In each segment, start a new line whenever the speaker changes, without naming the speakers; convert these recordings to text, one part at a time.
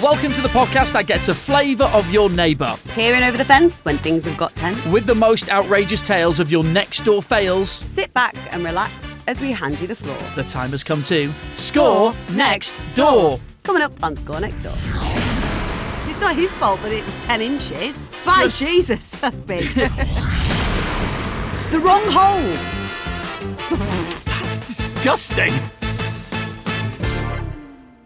Welcome to the podcast that gets a flavour of your neighbour
Peering over the fence when things have got tense.
with the most outrageous tales of your next door fails.
Sit back and relax as we hand you the floor.
The time has come to score next door.
Coming up on Score Next Door. It's not his fault that it was 10 inches. By
Just-
Jesus, that's big. the wrong hole.
That's disgusting.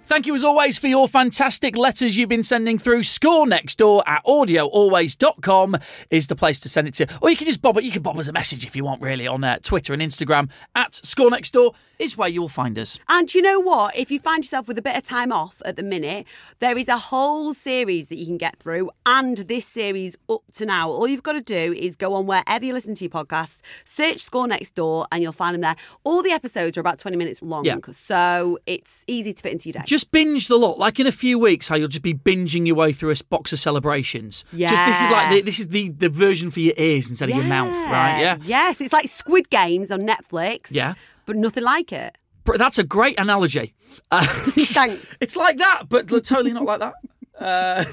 Thank you as always for your fantastic letters you've been sending through. Score next door at audioalways.com is the place to send it to. Or you can just bob it. You can bob us a message if you want, really, on uh, Twitter and Instagram. At score next door is where you will find us.
And you know what? If you find yourself with a bit of time off at the minute, there is a whole series that you can get through, and this series up to now. All you've got to do is go on wherever you listen to your podcasts, search Score Next Door, and you'll find them there. All the episodes are about 20 minutes long,
Yeah.
so it's easy to fit into your day.
Just binge the lot, like in a few weeks, how you'll just be binging your way through a box of celebrations. Just, this is like
Yeah.
the, this is the, the version for your ears instead of your mouth, right? Yeah.
Yes, it's like Squid Games on Netflix.
Yeah.
But nothing like it.
Br- That's a great analogy. Uh,
Thanks.
It's like that, but l- totally not like that. Uh,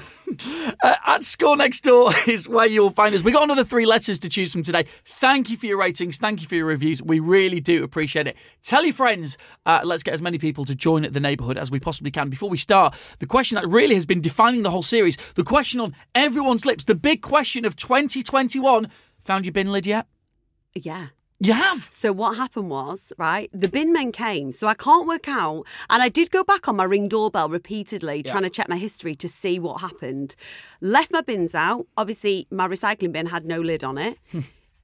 uh, at Score Next Door is where you'll find us. We got another three letters to choose from today. Thank you for your ratings. Thank you for your reviews. We really do appreciate it. Tell your friends. Uh, let's get as many people to join the neighbourhood as we possibly can. Before we start, the question that really has been defining the whole series, the question on everyone's lips, the big question of 2021. Found your bin lid yet?
Yeah.
You have.
So what happened was, right, the bin men came, so I can't work out. And I did go back on my ring doorbell repeatedly, trying to check my history to see what happened. Left my bins out. Obviously, my recycling bin had no lid on it.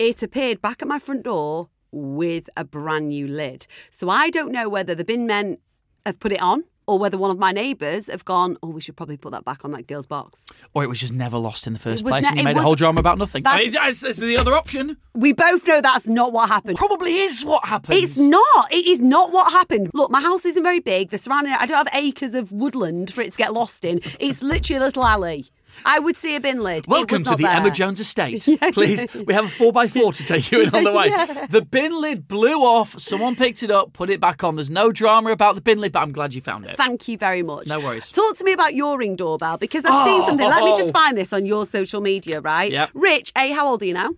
it appeared back at my front door with a brand new lid. So I don't know whether the bin men have put it on or whether one of my neighbours have gone, oh, we should probably put that back on that girl's box.
Or it was just never lost in the first
It was
place
ne-
and you
it
made a
was-
whole drama about nothing.
That's-
I mean, that's, that's the other option.
We both know that's not what happened.
Probably is what happens.
It's not. It is not what happened. Look, my house isn't very big. The surrounding, I don't have acres of woodland for it to get lost in. It's literally a little alley. I would see a bin lid. It
Welcome
was
to
not
the
there.
Emma Jones estate. Please, we have a 4x4 to take you in on the way. The bin lid blew off. Someone picked it up, put it back on. There's no drama about the bin lid, but I'm glad you found it.
Thank you very much.
No worries.
Talk to me about your ring doorbell because I've seen
Oh.
something. Let me just find this on your social media, right?
Yep.
Rich, A, how old are you now?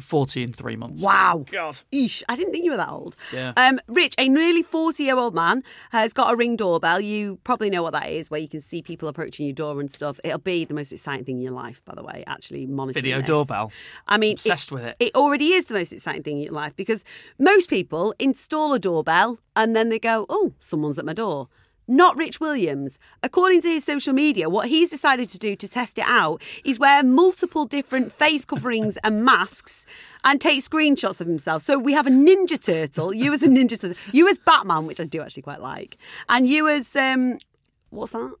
40 in three months.
Wow.
God.
Eesh, I didn't think you were that old.
Yeah.
Um, Rich, a nearly 40 year old man has got a ring doorbell. You probably know what that is, where you can see people approaching your door and stuff. It'll be the most exciting thing in your life, by the way, actually monitoring.
Video
this.
doorbell.
I mean,
Obsessed with it.
It already is the most exciting thing in your life because most people install a doorbell and then they go, oh, someone's at my door. Not Rich Williams. According to his social media, what he's decided to do to test it out is wear multiple different face coverings and masks and take screenshots of himself. So we have a Ninja Turtle, you as a Ninja Turtle, you as Batman, which I do actually quite like, and you as, um, what's that?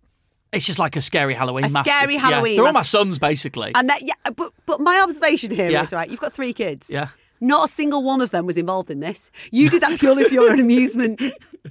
It's just like a scary Halloween
A
mask.
scary
Yeah,
Halloween
They're all my
mask.
sons, basically.
And that, yeah, but but my observation here is
Yeah.
right. You've got three kids.
Yeah.
Not a single one of them was involved in this. You did that purely for your own amusement.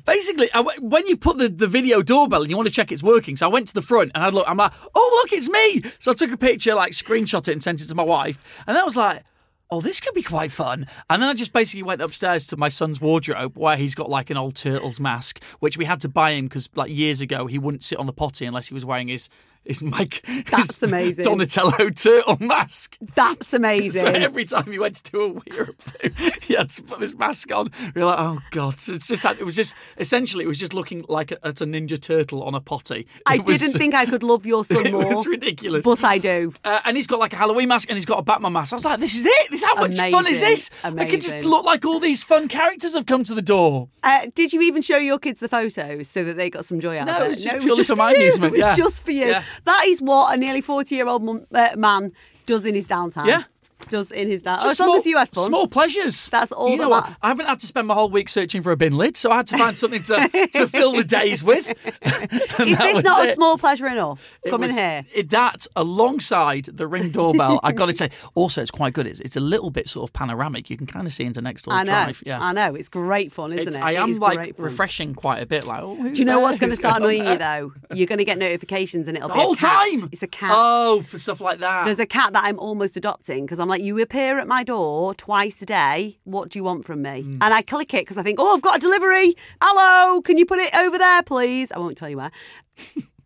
Basically, I w- when you put the, the video doorbell and you want to check it's working, so I went to the front and I look, I'm like, oh look, it's me. So I took a picture, like screenshot it and sent it to my wife, and then I was like, oh, this could be quite fun. And then I just basically went upstairs to my son's wardrobe where he's got like an old turtle's mask, which we had to buy him because like years ago he wouldn't sit on the potty unless he was wearing his his Mike.
That's
his
amazing.
Donatello turtle mask.
That's amazing.
So every time he went to do a wee or a poo, he had to put this mask on. We were like, oh god, it's just that it was just essentially it was just looking like a, at a ninja turtle on a potty.
I
It was-
didn't think I could love your son
it
more.
was ridiculous.
But I do.
Uh, and he's got like a Halloween mask and he's got a Batman mask. I was like, this is it. This how much fun is
Amazing.
this? I can just
Amazing.
look like all these fun characters have come to the door.
Uh, did you even show your kids the photos so that they got some joy out
No,
of it?
it was just purely for my
you.
amusement,
It was
yeah.
just for you.
Yeah.
That is what a nearly 40 year old mum, uh, man does in his downtime.
Yeah.
Does in his downtime.
Just
Oh, as long
small-
as you had fun.
Small pleasures.
That's all
You
that
know what?
matters.
I haven't had to spend my whole week searching for a bin lid, so I had to find something to, to fill the days with. And
is
that
this
was
not a
it.
small pleasure enough?
It
Come in
was-
here.
it- that alongside the ring doorbell, I got to say. Also, it's quite good. It's, it's a little bit sort of panoramic. You can kind of see into next door
I know.
drive. Yeah,
I know. It's great fun, isn't
It's-
it?
I
It
am
is
like
great fun.
refreshing quite a bit. Like, oh,
Do you know what's going to start annoying you though? You're going to get notifications and it'll
The
be a
whole
cat.
time.
It's a cat.
Oh, for stuff like that.
There's a cat that I'm almost adopting because I'm like, you appear at my door twice a day. What do you want from me?
Hmm.
And I click it because I think, oh, I've got a delivery. Hello, can you put it over there, please? I won't tell you where.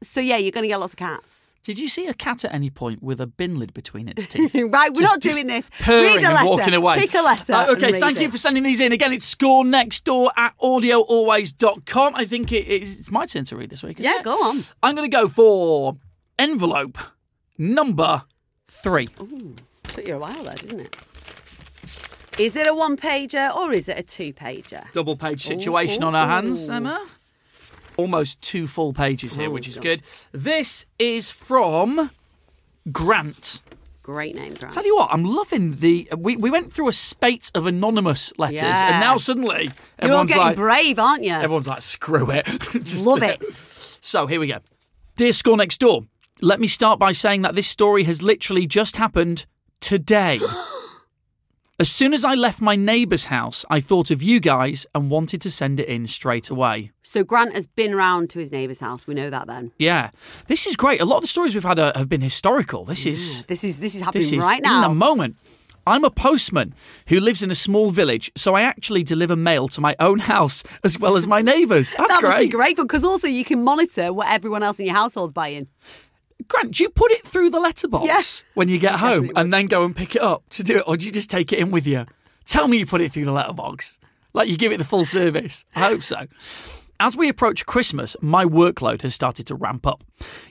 so yeah, you're going to get lots of cats.
Did you see a cat at any point with a bin lid between its teeth?
Right, we're not
Just
doing this.
Purring
Read a
and
letter.
walking away.
Pick a letter.
Uh, okay,
and read
thank
it.
you for sending these in. Again, it's score next door at audioalways.com. I think it, it's it's my turn to read this week. isn't
Yeah,
it?
go on.
I'm going to go for envelope number three.
Took you a while there, didn't it? Is it a one pager or is it a two pager?
Double page situation on our hands, Emma. Almost two full pages here, which is good. This is from Grant.
Great name, Grant.
Tell you what, I'm loving the. We, we went through a spate of anonymous letters,
Yeah.
and now suddenly
You're all
everyone's
getting
like,
brave, aren't you?
everyone's like, screw it. Just-
Love it.
So here we go. Dear Score Next Door, let me start by saying that this story has literally just happened today. as soon as I left my neighbour's house, I thought of you guys and wanted to send it in straight away.
So Grant has been round to his neighbour's house. We know that then.
Yeah, this is great. A lot of the stories we've had uh, have been historical. This is
This is this is happening
This is
right
in
now.
the moment. I'm a postman who lives in a small village, so I actually deliver mail to my own house as well as my neighbours. That's
that must be
great.
grateful because also you can monitor what everyone else in your household's buying.
Grant, do you put it through the letterbox
Yes.
when you get home and then go and pick it up to do it, or do you just take it in with you? Tell me you put it through the letterbox. Like you give it the full service. I hope so. As we approach Christmas, my workload has started to ramp up.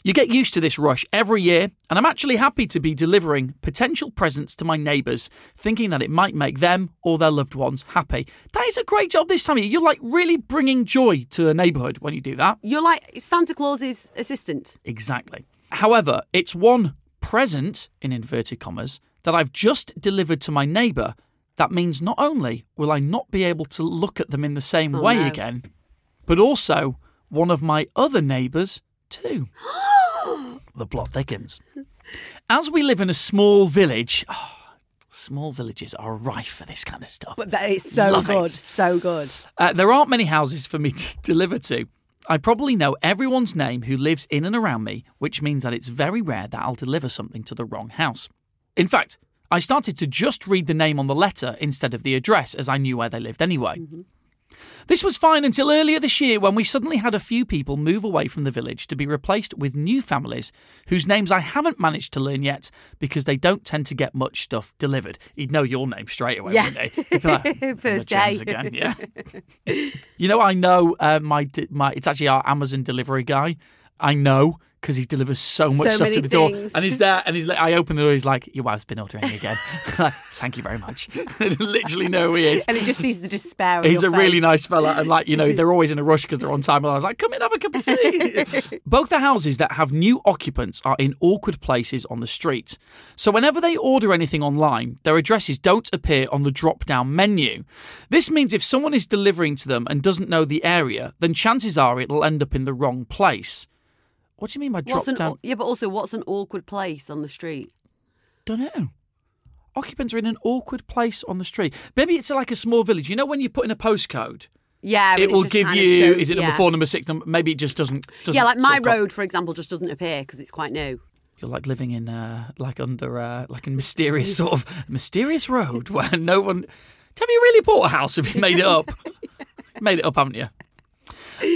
You get used to this rush every year, and I'm actually happy to be delivering potential presents to my neighbours, thinking that it might make them or their loved ones happy. That is a great job this time of year. You're like really bringing joy to a neighbourhood when you do that.
You're like Santa Claus's assistant.
Exactly. However, it's one present, in inverted commas, that I've just delivered to my neighbour. That means not only will I not be able to look at them in the same way
no.
again, but also one of my other neighbours too. the plot thickens. As we live in a small village, oh, small villages are rife for this kind of stuff.
But that is so
Love
good,
it.
so good.
Uh, there aren't many houses for me to deliver to. I probably know everyone's name who lives in and around me, which means that it's very rare that I'll deliver something to the wrong house. In fact, I started to just read the name on the letter instead of the address, as I knew where they lived anyway.
Mm-hmm.
This was fine until earlier this year when we suddenly had a few people move away from the village to be replaced with new families whose names I haven't managed to learn yet because they don't tend to get much stuff delivered. He'd know your name straight away,
Yeah.
wouldn't he? He'd be like, "Another
First
James
day."
again, yeah. You know, I know uh, my di- my. It's actually our Amazon delivery guy. I know because he delivers so much
So
stuff
many
to the door,
things.
and he's there, and he's. Like, I open the door, he's like, "Your wife's been ordering again." Thank you very much. Literally know who he is.
And it just sees the despair. on
He's a
your
really
face.
nice fella, and like you know, they're always in a rush because they're on time. And I was like, "Come in, have a cup of tea." Both the houses that have new occupants are in awkward places on the street, so whenever they order anything online, their addresses don't appear on the drop-down menu. This means if someone is delivering to them and doesn't know the area, then chances are it'll end up in the wrong place. What do you mean by
What's an,
drop-down?
yeah, but also what's an awkward place on the street?
Don't know. Occupants are in an awkward place on the street. Maybe it's like a small village. You know when you put in a postcode.
Yeah,
it
and
will
just
give
kind of
you
shows-
is it
yeah.
number four number six number maybe it just doesn't, doesn't
Yeah, like my
sort of go-
road, for example, just doesn't appear because it's quite new.
you're like living in uh like under uh like a mysterious sort of mysterious road where no one have you really bought a house if you made it up You made it up haven't you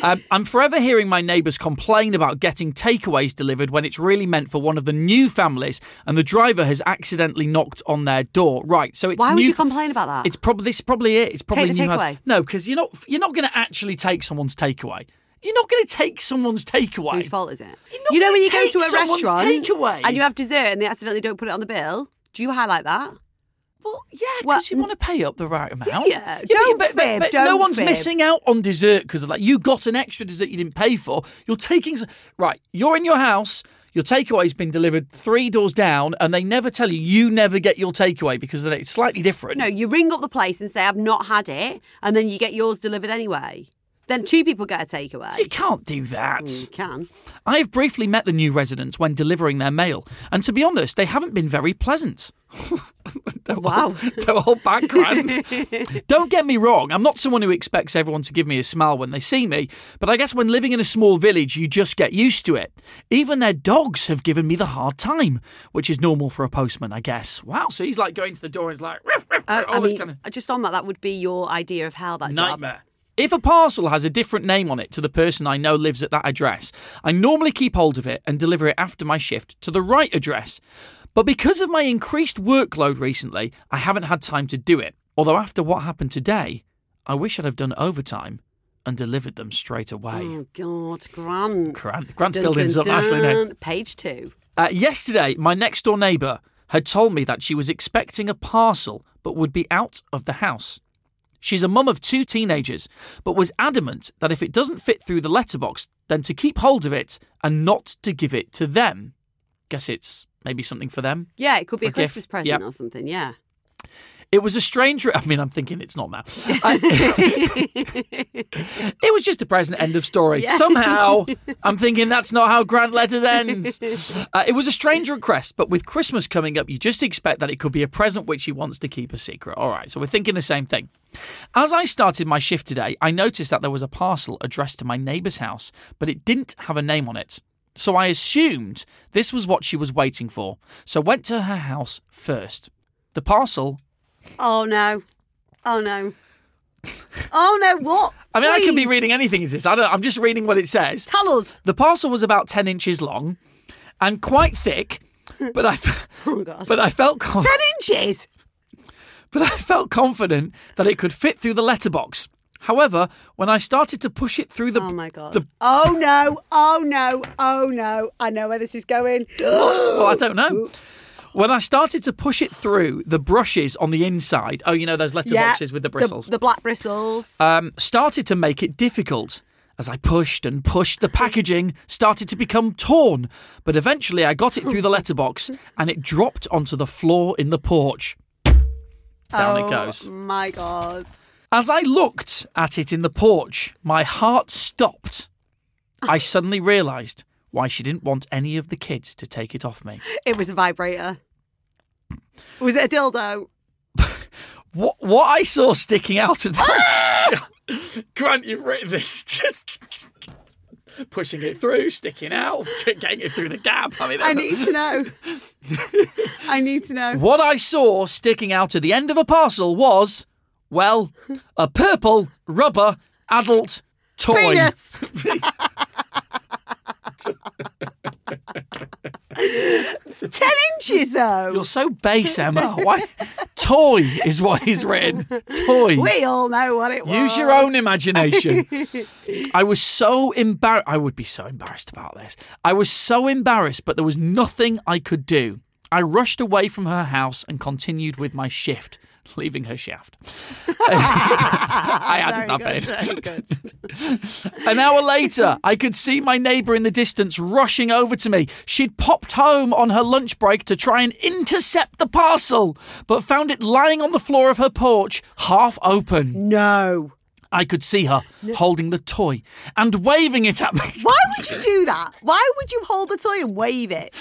um, I'm forever hearing my neighbours complain about getting takeaways delivered when it's really meant for one of the new families, and the driver has accidentally knocked on their door. Right, so it's
Why would
new
you complain about that?
It's probably this is probably it. It's probably
the
new house.
takeaway.
No, because you're not you're not going to actually take someone's takeaway. You're not going to take someone's takeaway.
Whose fault is it?
not
You know
gonna
when you go
take
to a
someone's
restaurant
takeaway.
and you have dessert and they accidentally don't put it on the bill. Do you highlight that?
Well, yeah, because
Well,
you want to pay up the right amount.
you? Don't
but, but-
fib,
but no
don't
one's
fib.
missing out on dessert because of that. You got an extra dessert you didn't pay for. You're taking s- right. You're in your house. Your takeaway's been delivered three doors down, and they never tell you. You never get your takeaway because then it's slightly different.
No, you ring up the place and say I've not had it, and then you get yours delivered anyway. Then two people get a takeaway.
You can't do that.
You can.
I have briefly met the new residents when delivering their mail, and to be honest, they haven't been very pleasant. Oh,
Wow. Uh,
their whole background. Don't get me wrong, I'm not someone who expects everyone to give me a smile when they see me, but I guess when living in a small village, you just get used to it. Even their dogs have given me the hard time, which is normal for a postman, I guess. Wow, so he's like going to the door and he's like, "Ruff, ruff,
Uh,
ruff," all
I
this
mean,
kind of
just on that, that would be your idea of hell. That job.
nightmare. If a parcel has a different name on it to the person I know lives at that address, I normally keep hold of it and deliver it after my shift to the right address. But because of my increased workload recently, I haven't had time to do it. Although, after what happened today, I wish I'd have done overtime and delivered them straight away.
Oh God, Grant.
Grant, Grant's
Dun,
building's
dun,
up nicely now.
dun. Page two.
Uh, yesterday, my next door neighbour had told me that she was expecting a parcel but would be out of the house. She's a mum of two teenagers, but was adamant that if it doesn't fit through the letterbox, then to keep hold of it and not to give it to them. Guess it's maybe something for them.
Yeah, it could be a
Okay.
Christmas present
Yep.
or something. Yeah.
It was a strange. Re- I mean, I'm thinking it's not that. I- it was just a present. End of story. Somehow, I'm thinking that's not how grant letters end. Uh, it was a strange request, but with Christmas coming up, you just expect that it could be a present which he wants to keep a secret. All right, so we're thinking the same thing. As I started my shift today, I noticed that there was a parcel addressed to my neighbour's house, but it didn't have a name on it. So I assumed this was what she was waiting for. So went to her house first. The parcel
Oh no. Oh no. Oh no. What?
I mean, I could be
Please,
reading anything as this. I don't. I'm just reading what it says.
Tell us.
The parcel was about ten inches long, and quite thick. But I,
Oh God.
but I felt con-
Ten inches.
but I felt confident that it could fit through the letterbox. However, when I started to push it through the,
Oh my God.
the
Oh no. Oh no. Oh no. I know where this is going.
well, I don't know. When I started to push it through the brushes on the inside, oh, you know those letterboxes with the bristles.
The, black bristles.
um, started to make it difficult. As I pushed and pushed, the packaging started to become torn, but eventually I got it through the letterbox and it dropped onto the floor in the porch. Down
Oh.
it goes.
My God.
As I looked at it in the porch, my heart stopped. I suddenly realised why she didn't want any of the kids to take it off me.
It was a vibrator. Was it a dildo?
What, what I saw sticking out of the. Grant, you've written this just pushing it through, sticking out, getting it through the gap. I mean,
I need to know. I need to know.
what I saw sticking out of the end of a parcel was, well, a purple rubber adult toy.
Penis. Ten inches though.
You're so base, Emma. Why? toy is what he's written. Toy.
We all know what it was.
Use your own imagination. I was so embarrassed. I would be so embarrassed about this. I was so embarrassed, but there was nothing I could do. I rushed away from her house and continued with my shift, leaving her shaft. I added that
Very
bit.
good, very good.
An hour later, I could see my neighbour in the distance rushing over to me. She'd popped home on her lunch break to try and intercept the parcel, but found it lying on the floor of her porch, half open.
No.
I could see her holding the toy and waving it at me.
Why would you do that? Why would you hold the toy and wave it?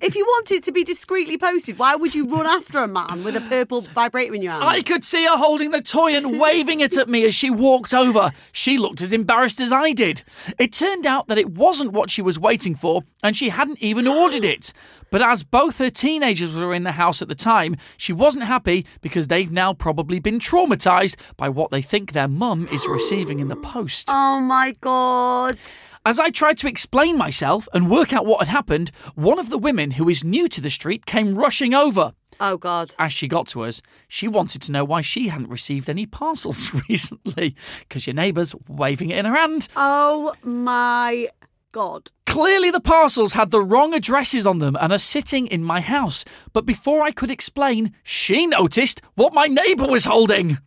If you want it to be discreetly posted, why would you run after a man with a purple vibrator in your hand?
I could see her holding the toy and waving it at me as she walked over. She looked as embarrassed as I did. It turned out that it wasn't what she was waiting for, and she hadn't even ordered it. But as both her teenagers were in the house at the time, she wasn't happy because they've now probably been traumatized by what they think their mum is receiving in the post.
Oh my god.
As I tried to explain myself and work out what had happened, one of the women who is new to the street came rushing over.
Oh god.
As she got to us, she wanted to know why she hadn't received any parcels recently because your neighbour's waving it in her hand.
Oh my god.
Clearly, the parcels had the wrong addresses on them and are sitting in my house. But before I could explain, she noticed what my neighbour was holding.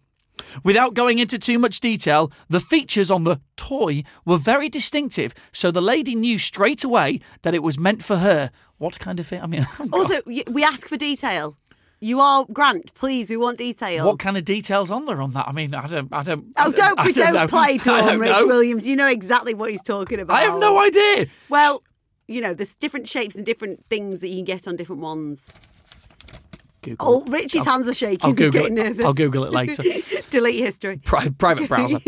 Without going into too much detail, the features on the toy were very distinctive, so the lady knew straight
Oh,
away that it was meant for her. What kind of thing? I mean,
Also, y- we ask for detail. You are Grant. Please, we want details.
What kind of details on there on that? I mean, I don't, I don't. I
Oh, don't,
I
don't,
don't know.
play
I don't
Tom Rich
know.
Williams. You know exactly what he's talking about.
I have no idea.
Well, you know, there's different shapes and different things that you can get on different ones.
Google.
Oh, Richie's hands are shaking.
I'll
he's
Google
getting
it.
nervous.
I'll Google it later.
Delete history.
Pri- private browser.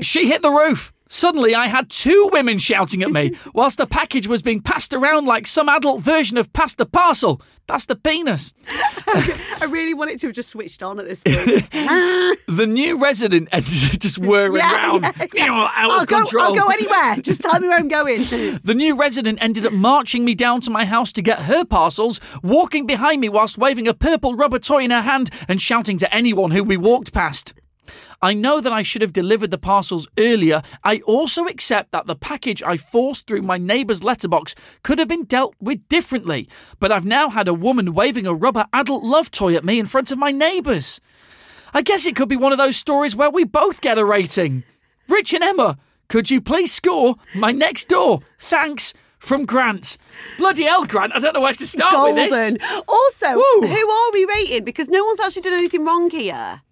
she hit the roof. Suddenly, I had two women shouting at me whilst the package was being passed around like some adult version of Pass the Parcel, Pass the Penis.
I really want it to have just switched on at this point. Ah,
The new resident ended up just whirring
yeah,
round,
yeah, yeah.
out
I'll
of
go,
control.
I'll go anywhere. Just tell me where I'm going.
The new resident ended up marching me down to my house to get her parcels, walking behind me whilst waving a purple rubber toy in her hand and shouting to anyone who we walked past. I know that I should have delivered the parcels earlier. I also accept that the package I forced through my neighbour's letterbox could have been dealt with differently, but I've now had a woman waving a rubber adult love toy at me in front of my neighbours. I guess it could be one of those stories where we both get a rating. Rich and Emma, could you please score my next door? Thanks from Grant. Bloody hell, Grant! I don't know where to start with
Golden.
this.
Also,
Woo.
who are we rating? Because no one's actually done anything wrong here.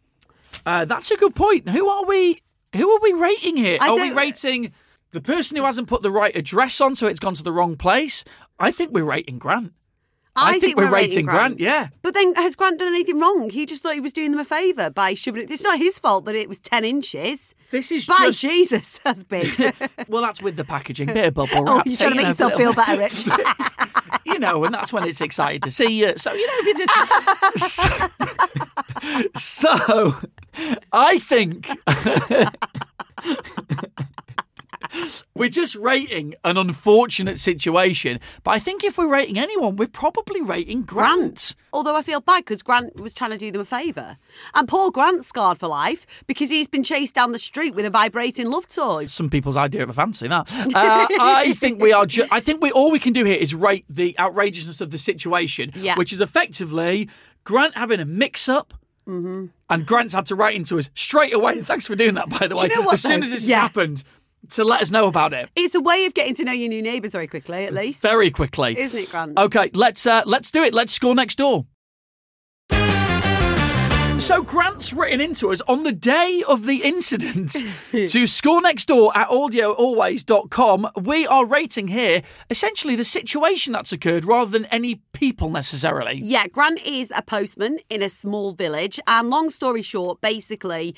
Uh, that's a good point. Who are we? Who are we rating here?
I
are we
don't-
rating the person who hasn't put the right address on, so it's gone to the wrong place? I think we're rating Grant. I, think, we're, rating, Grant. Yeah.
But then has Grant done anything wrong? He just thought he was doing them a favour by shoving it. It's not his fault that it was 10 inches.
This is
By
just
Jesus, that's big.
well. That's with the packaging, bit of bubble
oh,
wrap.
you're trying
you
to make
know,
yourself
little-
feel better, Rich.
you know, and that's when it's excited to see you. So, you know, if you did. So, so, I think we're just rating an unfortunate situation. But I think if we're rating anyone, we're probably rating Grant.
Although I feel bad because Grant was trying to do them a favour. And poor Grant's scarred for life because he's been chased down the street with a vibrating love toy.
Some people's idea of a fancy that. Uh, I think we are. Ju- I think we all we can do here is rate the outrageousness of the situation,
Yeah.
which is effectively Grant having a mix-up.
Mm-hmm.
And Grant's had to write into us straight away. And Thanks for doing that, by the way.
you know what,
as soon
though?
as it's
Yeah.
happened, to let us know about it
It's a way of getting to know your new neighbours very quickly, at least.
very quickly,
Isn't it, Grant?
Okay, let's uh, let's do it. Let's score next door. So Grant's written into us on the day of the incident to score next door at audioalways.com. We are rating here essentially the situation that's occurred rather than any people necessarily.
Yeah, Grant is a postman in a small village. And long story short, basically,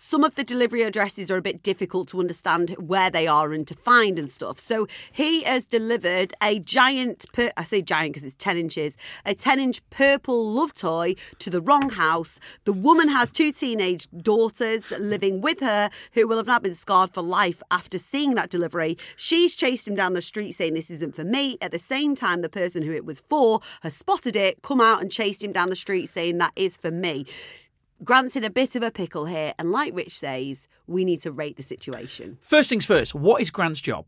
some of the delivery addresses are a bit difficult to understand where they are and to find and stuff. So he has delivered a giant, pur- I say giant because it's 10 inches, a 10 inch purple love toy to the wrong house. The woman has two teenage daughters living with her who will have now been scarred for life after seeing that delivery. She's chased him down the street saying, This isn't for me. At the same time, the person who it was for has spotted it, come out and chased him down the street saying, That is for me. Grant's in a bit of a pickle here, and like Rich says, we need to rate the situation.
First things first, what is Grant's job?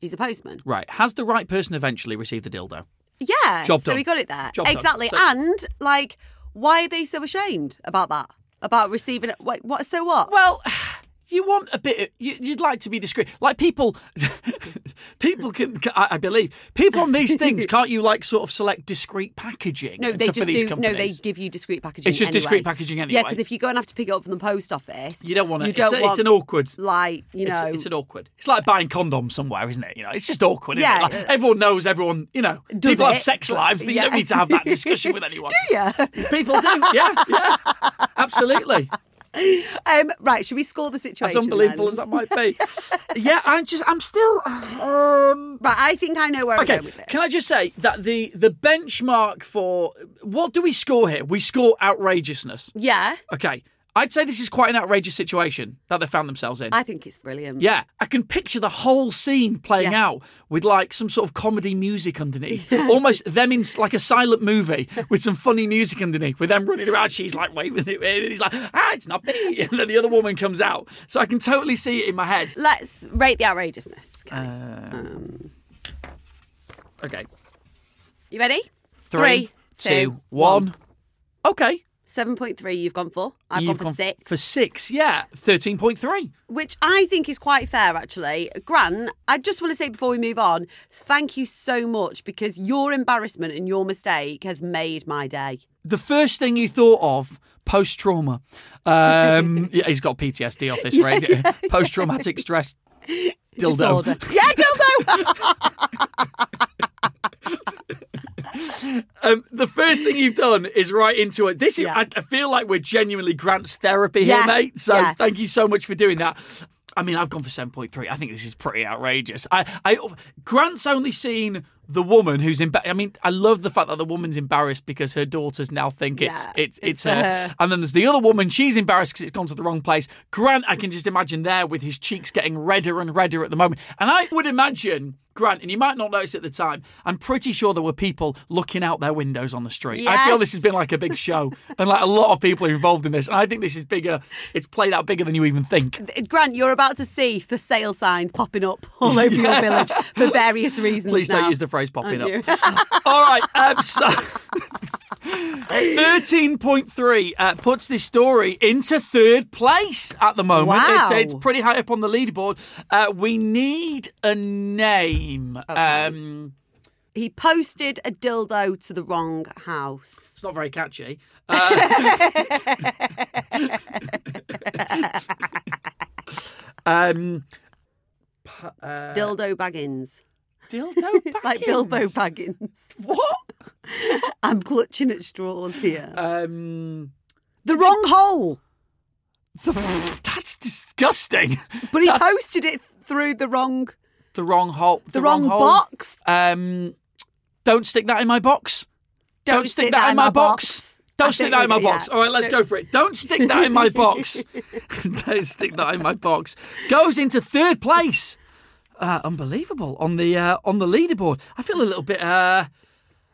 He's a postman.
Right, has the right person eventually received the dildo?
Yeah,
Job
so
done.
we got it there.
Job done.
exactly.
So-
And like, why are they so ashamed about that? About receiving it? Wait, what? So what?
Well, you want a bit. Of, you, you'd like to be discreet. Like people, people can. I, I believe people on these things can't you like sort of select discreet packaging?
no,
and
they
stuff
just
for these
do.
companies.
No, they give you discreet packaging.
It's just
anyway.
discreet packaging
Yeah,
anyway.
because if you go and have to pick it up from the post office,
You don't want it.
You
It's
don't
a- it's
want,
an awkward-
Like you
It's,
know,
it's an awkward. It's like buying condoms somewhere, isn't it? You know, it's just awkward. Isn't
Yeah.
it? Like, everyone knows everyone. You know,
Does
people
it,
have sex
but-
lives, but
yeah.
you don't need to have that discussion with anyone.
do you?
People do. Yeah, yeah, absolutely.
Um, right, should we score the situation?
As unbelievable
then?
as that might be. Yeah, I'm just. I'm still. Um,
Right, I think I know where I'm
Okay,
going with it.
can I just say that the the benchmark for what do we score here? We score outrageousness.
Yeah,
Okay, I'd say this is quite an outrageous situation that they found themselves in.
I think it's brilliant.
yeah, I can picture the whole scene playing
Yeah.
out with like some sort of comedy music underneath, almost them in like a silent movie with some funny music underneath, with them running around. She's like waving it, and he's like, "Ah, it's not me," and then the other woman comes out. So I can totally see it in my head.
Let's rate the outrageousness. can we?
Uh, Okay,
you ready?
three, two, one. Okay.
Seven point three. You've gone for. I've
You've
gone for six,
For six, yeah. 13.3.
which I think is quite fair, actually. Gran, I just want to say before we move on, thank you so much because your embarrassment and your mistake has made my day.
the first thing you thought of post trauma. Um, yeah, he's got PTSD off this, right? post traumatic stress dildo.
Disorder. Yeah, dildo.
Um, the first thing you've done is right into it. This is,
Yeah.
I, I feel like we're genuinely Grant's therapy here,
Yeah.
mate. So
Yeah.
thank you so much for doing that. I mean, I've gone for 7.3. I think this is pretty outrageous. I, I Grant's only seen the woman who's in. I mean, I love the fact that the woman's embarrassed because her daughters now think it's
Yeah,
it's it's,
it's
her.
her.
And then there's the other woman. She's embarrassed because it's gone to the wrong place. Grant, I can just imagine there with his cheeks getting redder and redder at the moment. And I would imagine. Grant, and you might not notice at the time, I'm pretty sure there were people looking out their windows on the street. I feel this has been like a big show, and like a lot of people are involved in this. And I think this is bigger. It's played out bigger than you even think.
Grant, you're about to see for sale signs popping up all over your village for various reasons.
Please
now.
don't use the phrase popping up.
Thank
All right, um, so 13.3 uh, puts this story into third place at the moment. It's, uh,
Wow.
it's pretty high up on the leaderboard. Uh, we need a name.
Oh.
Um,
He posted a dildo to the wrong house.
it's not very catchy. Uh, um,
dildo Baggins.
dildo Uh, Baggins.
Like Bilbo Baggins.
What?
I'm clutching at straws here.
Um,
the wrong hole.
the- that's disgusting.
But he
That's
posted it through the wrong
the wrong hole.
the, wrong,
hole.
box.
Um, don't stick that in my box.
Don't,
stick, that, in my box.
I
Don't stick
think
that in my
we- yeah.
box. All right, let's go for it. Don't stick that in my box. Don't stick that in my box. Goes into third place. Uh, unbelievable on the uh, on the leaderboard. I feel a little bit. Uh,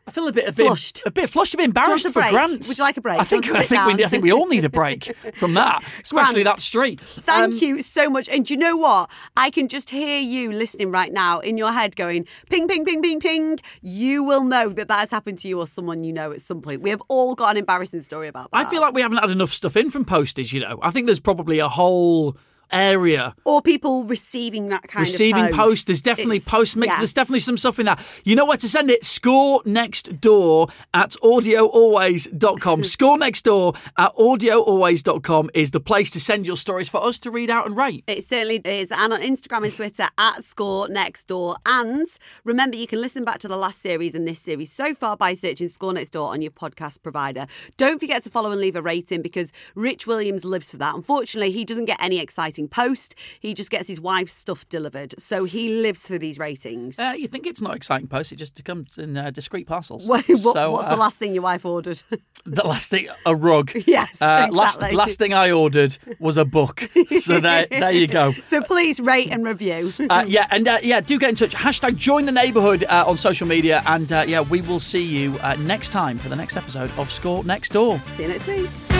I feel a bit a bit
Flushed.
A bit flushed. A bit embarrassed
a
for
break?
Grant.
Would you like a break?
I
Do you
think
want to
I
sit
think we
down?
I think we all need a break from that, especially
Grant,
that street. Um,
Thank you so much. And do you know what? I can just hear you listening right now in your head going ping, ping, ping, ping, ping. You will know that that has happened to you or someone you know at some point. We have all got an embarrassing story about that.
I feel like we haven't had enough stuff in from postage. You know, I think there's probably a whole area
or people receiving that kind
receiving
of
post. There's definitely
It's-
post mix.
yeah.
There's definitely some stuff in that. You know where to send it. Score next door at audioalways.com. Score next door at audioalways.com is the place to send your stories for us to read out and rate.
It certainly is. And on Instagram and Twitter at Score Next Door. And remember, you can listen back to the last series and this series so far by searching Score Next Door on your podcast provider. Don't forget to follow and leave a rating because Rich Williams lives for that. Unfortunately, he doesn't get any exciting post, he just gets his wife's stuff delivered. So he lives for these ratings.
Uh, you think it's not exciting post? It just comes in uh, discreet parcels.
what,
So,
what's
uh,
the last thing your wife ordered?
The last thing, a rug.
Yes,
Uh, last,
exactly.
last thing I ordered was a book. So there, there you go.
so please rate and review.
Uh, yeah, and uh, yeah, do get in touch. Hashtag join the neighborhood uh, on social media. And uh, yeah, we will see you uh, next time for the next episode of Score Next Door.
See you next week.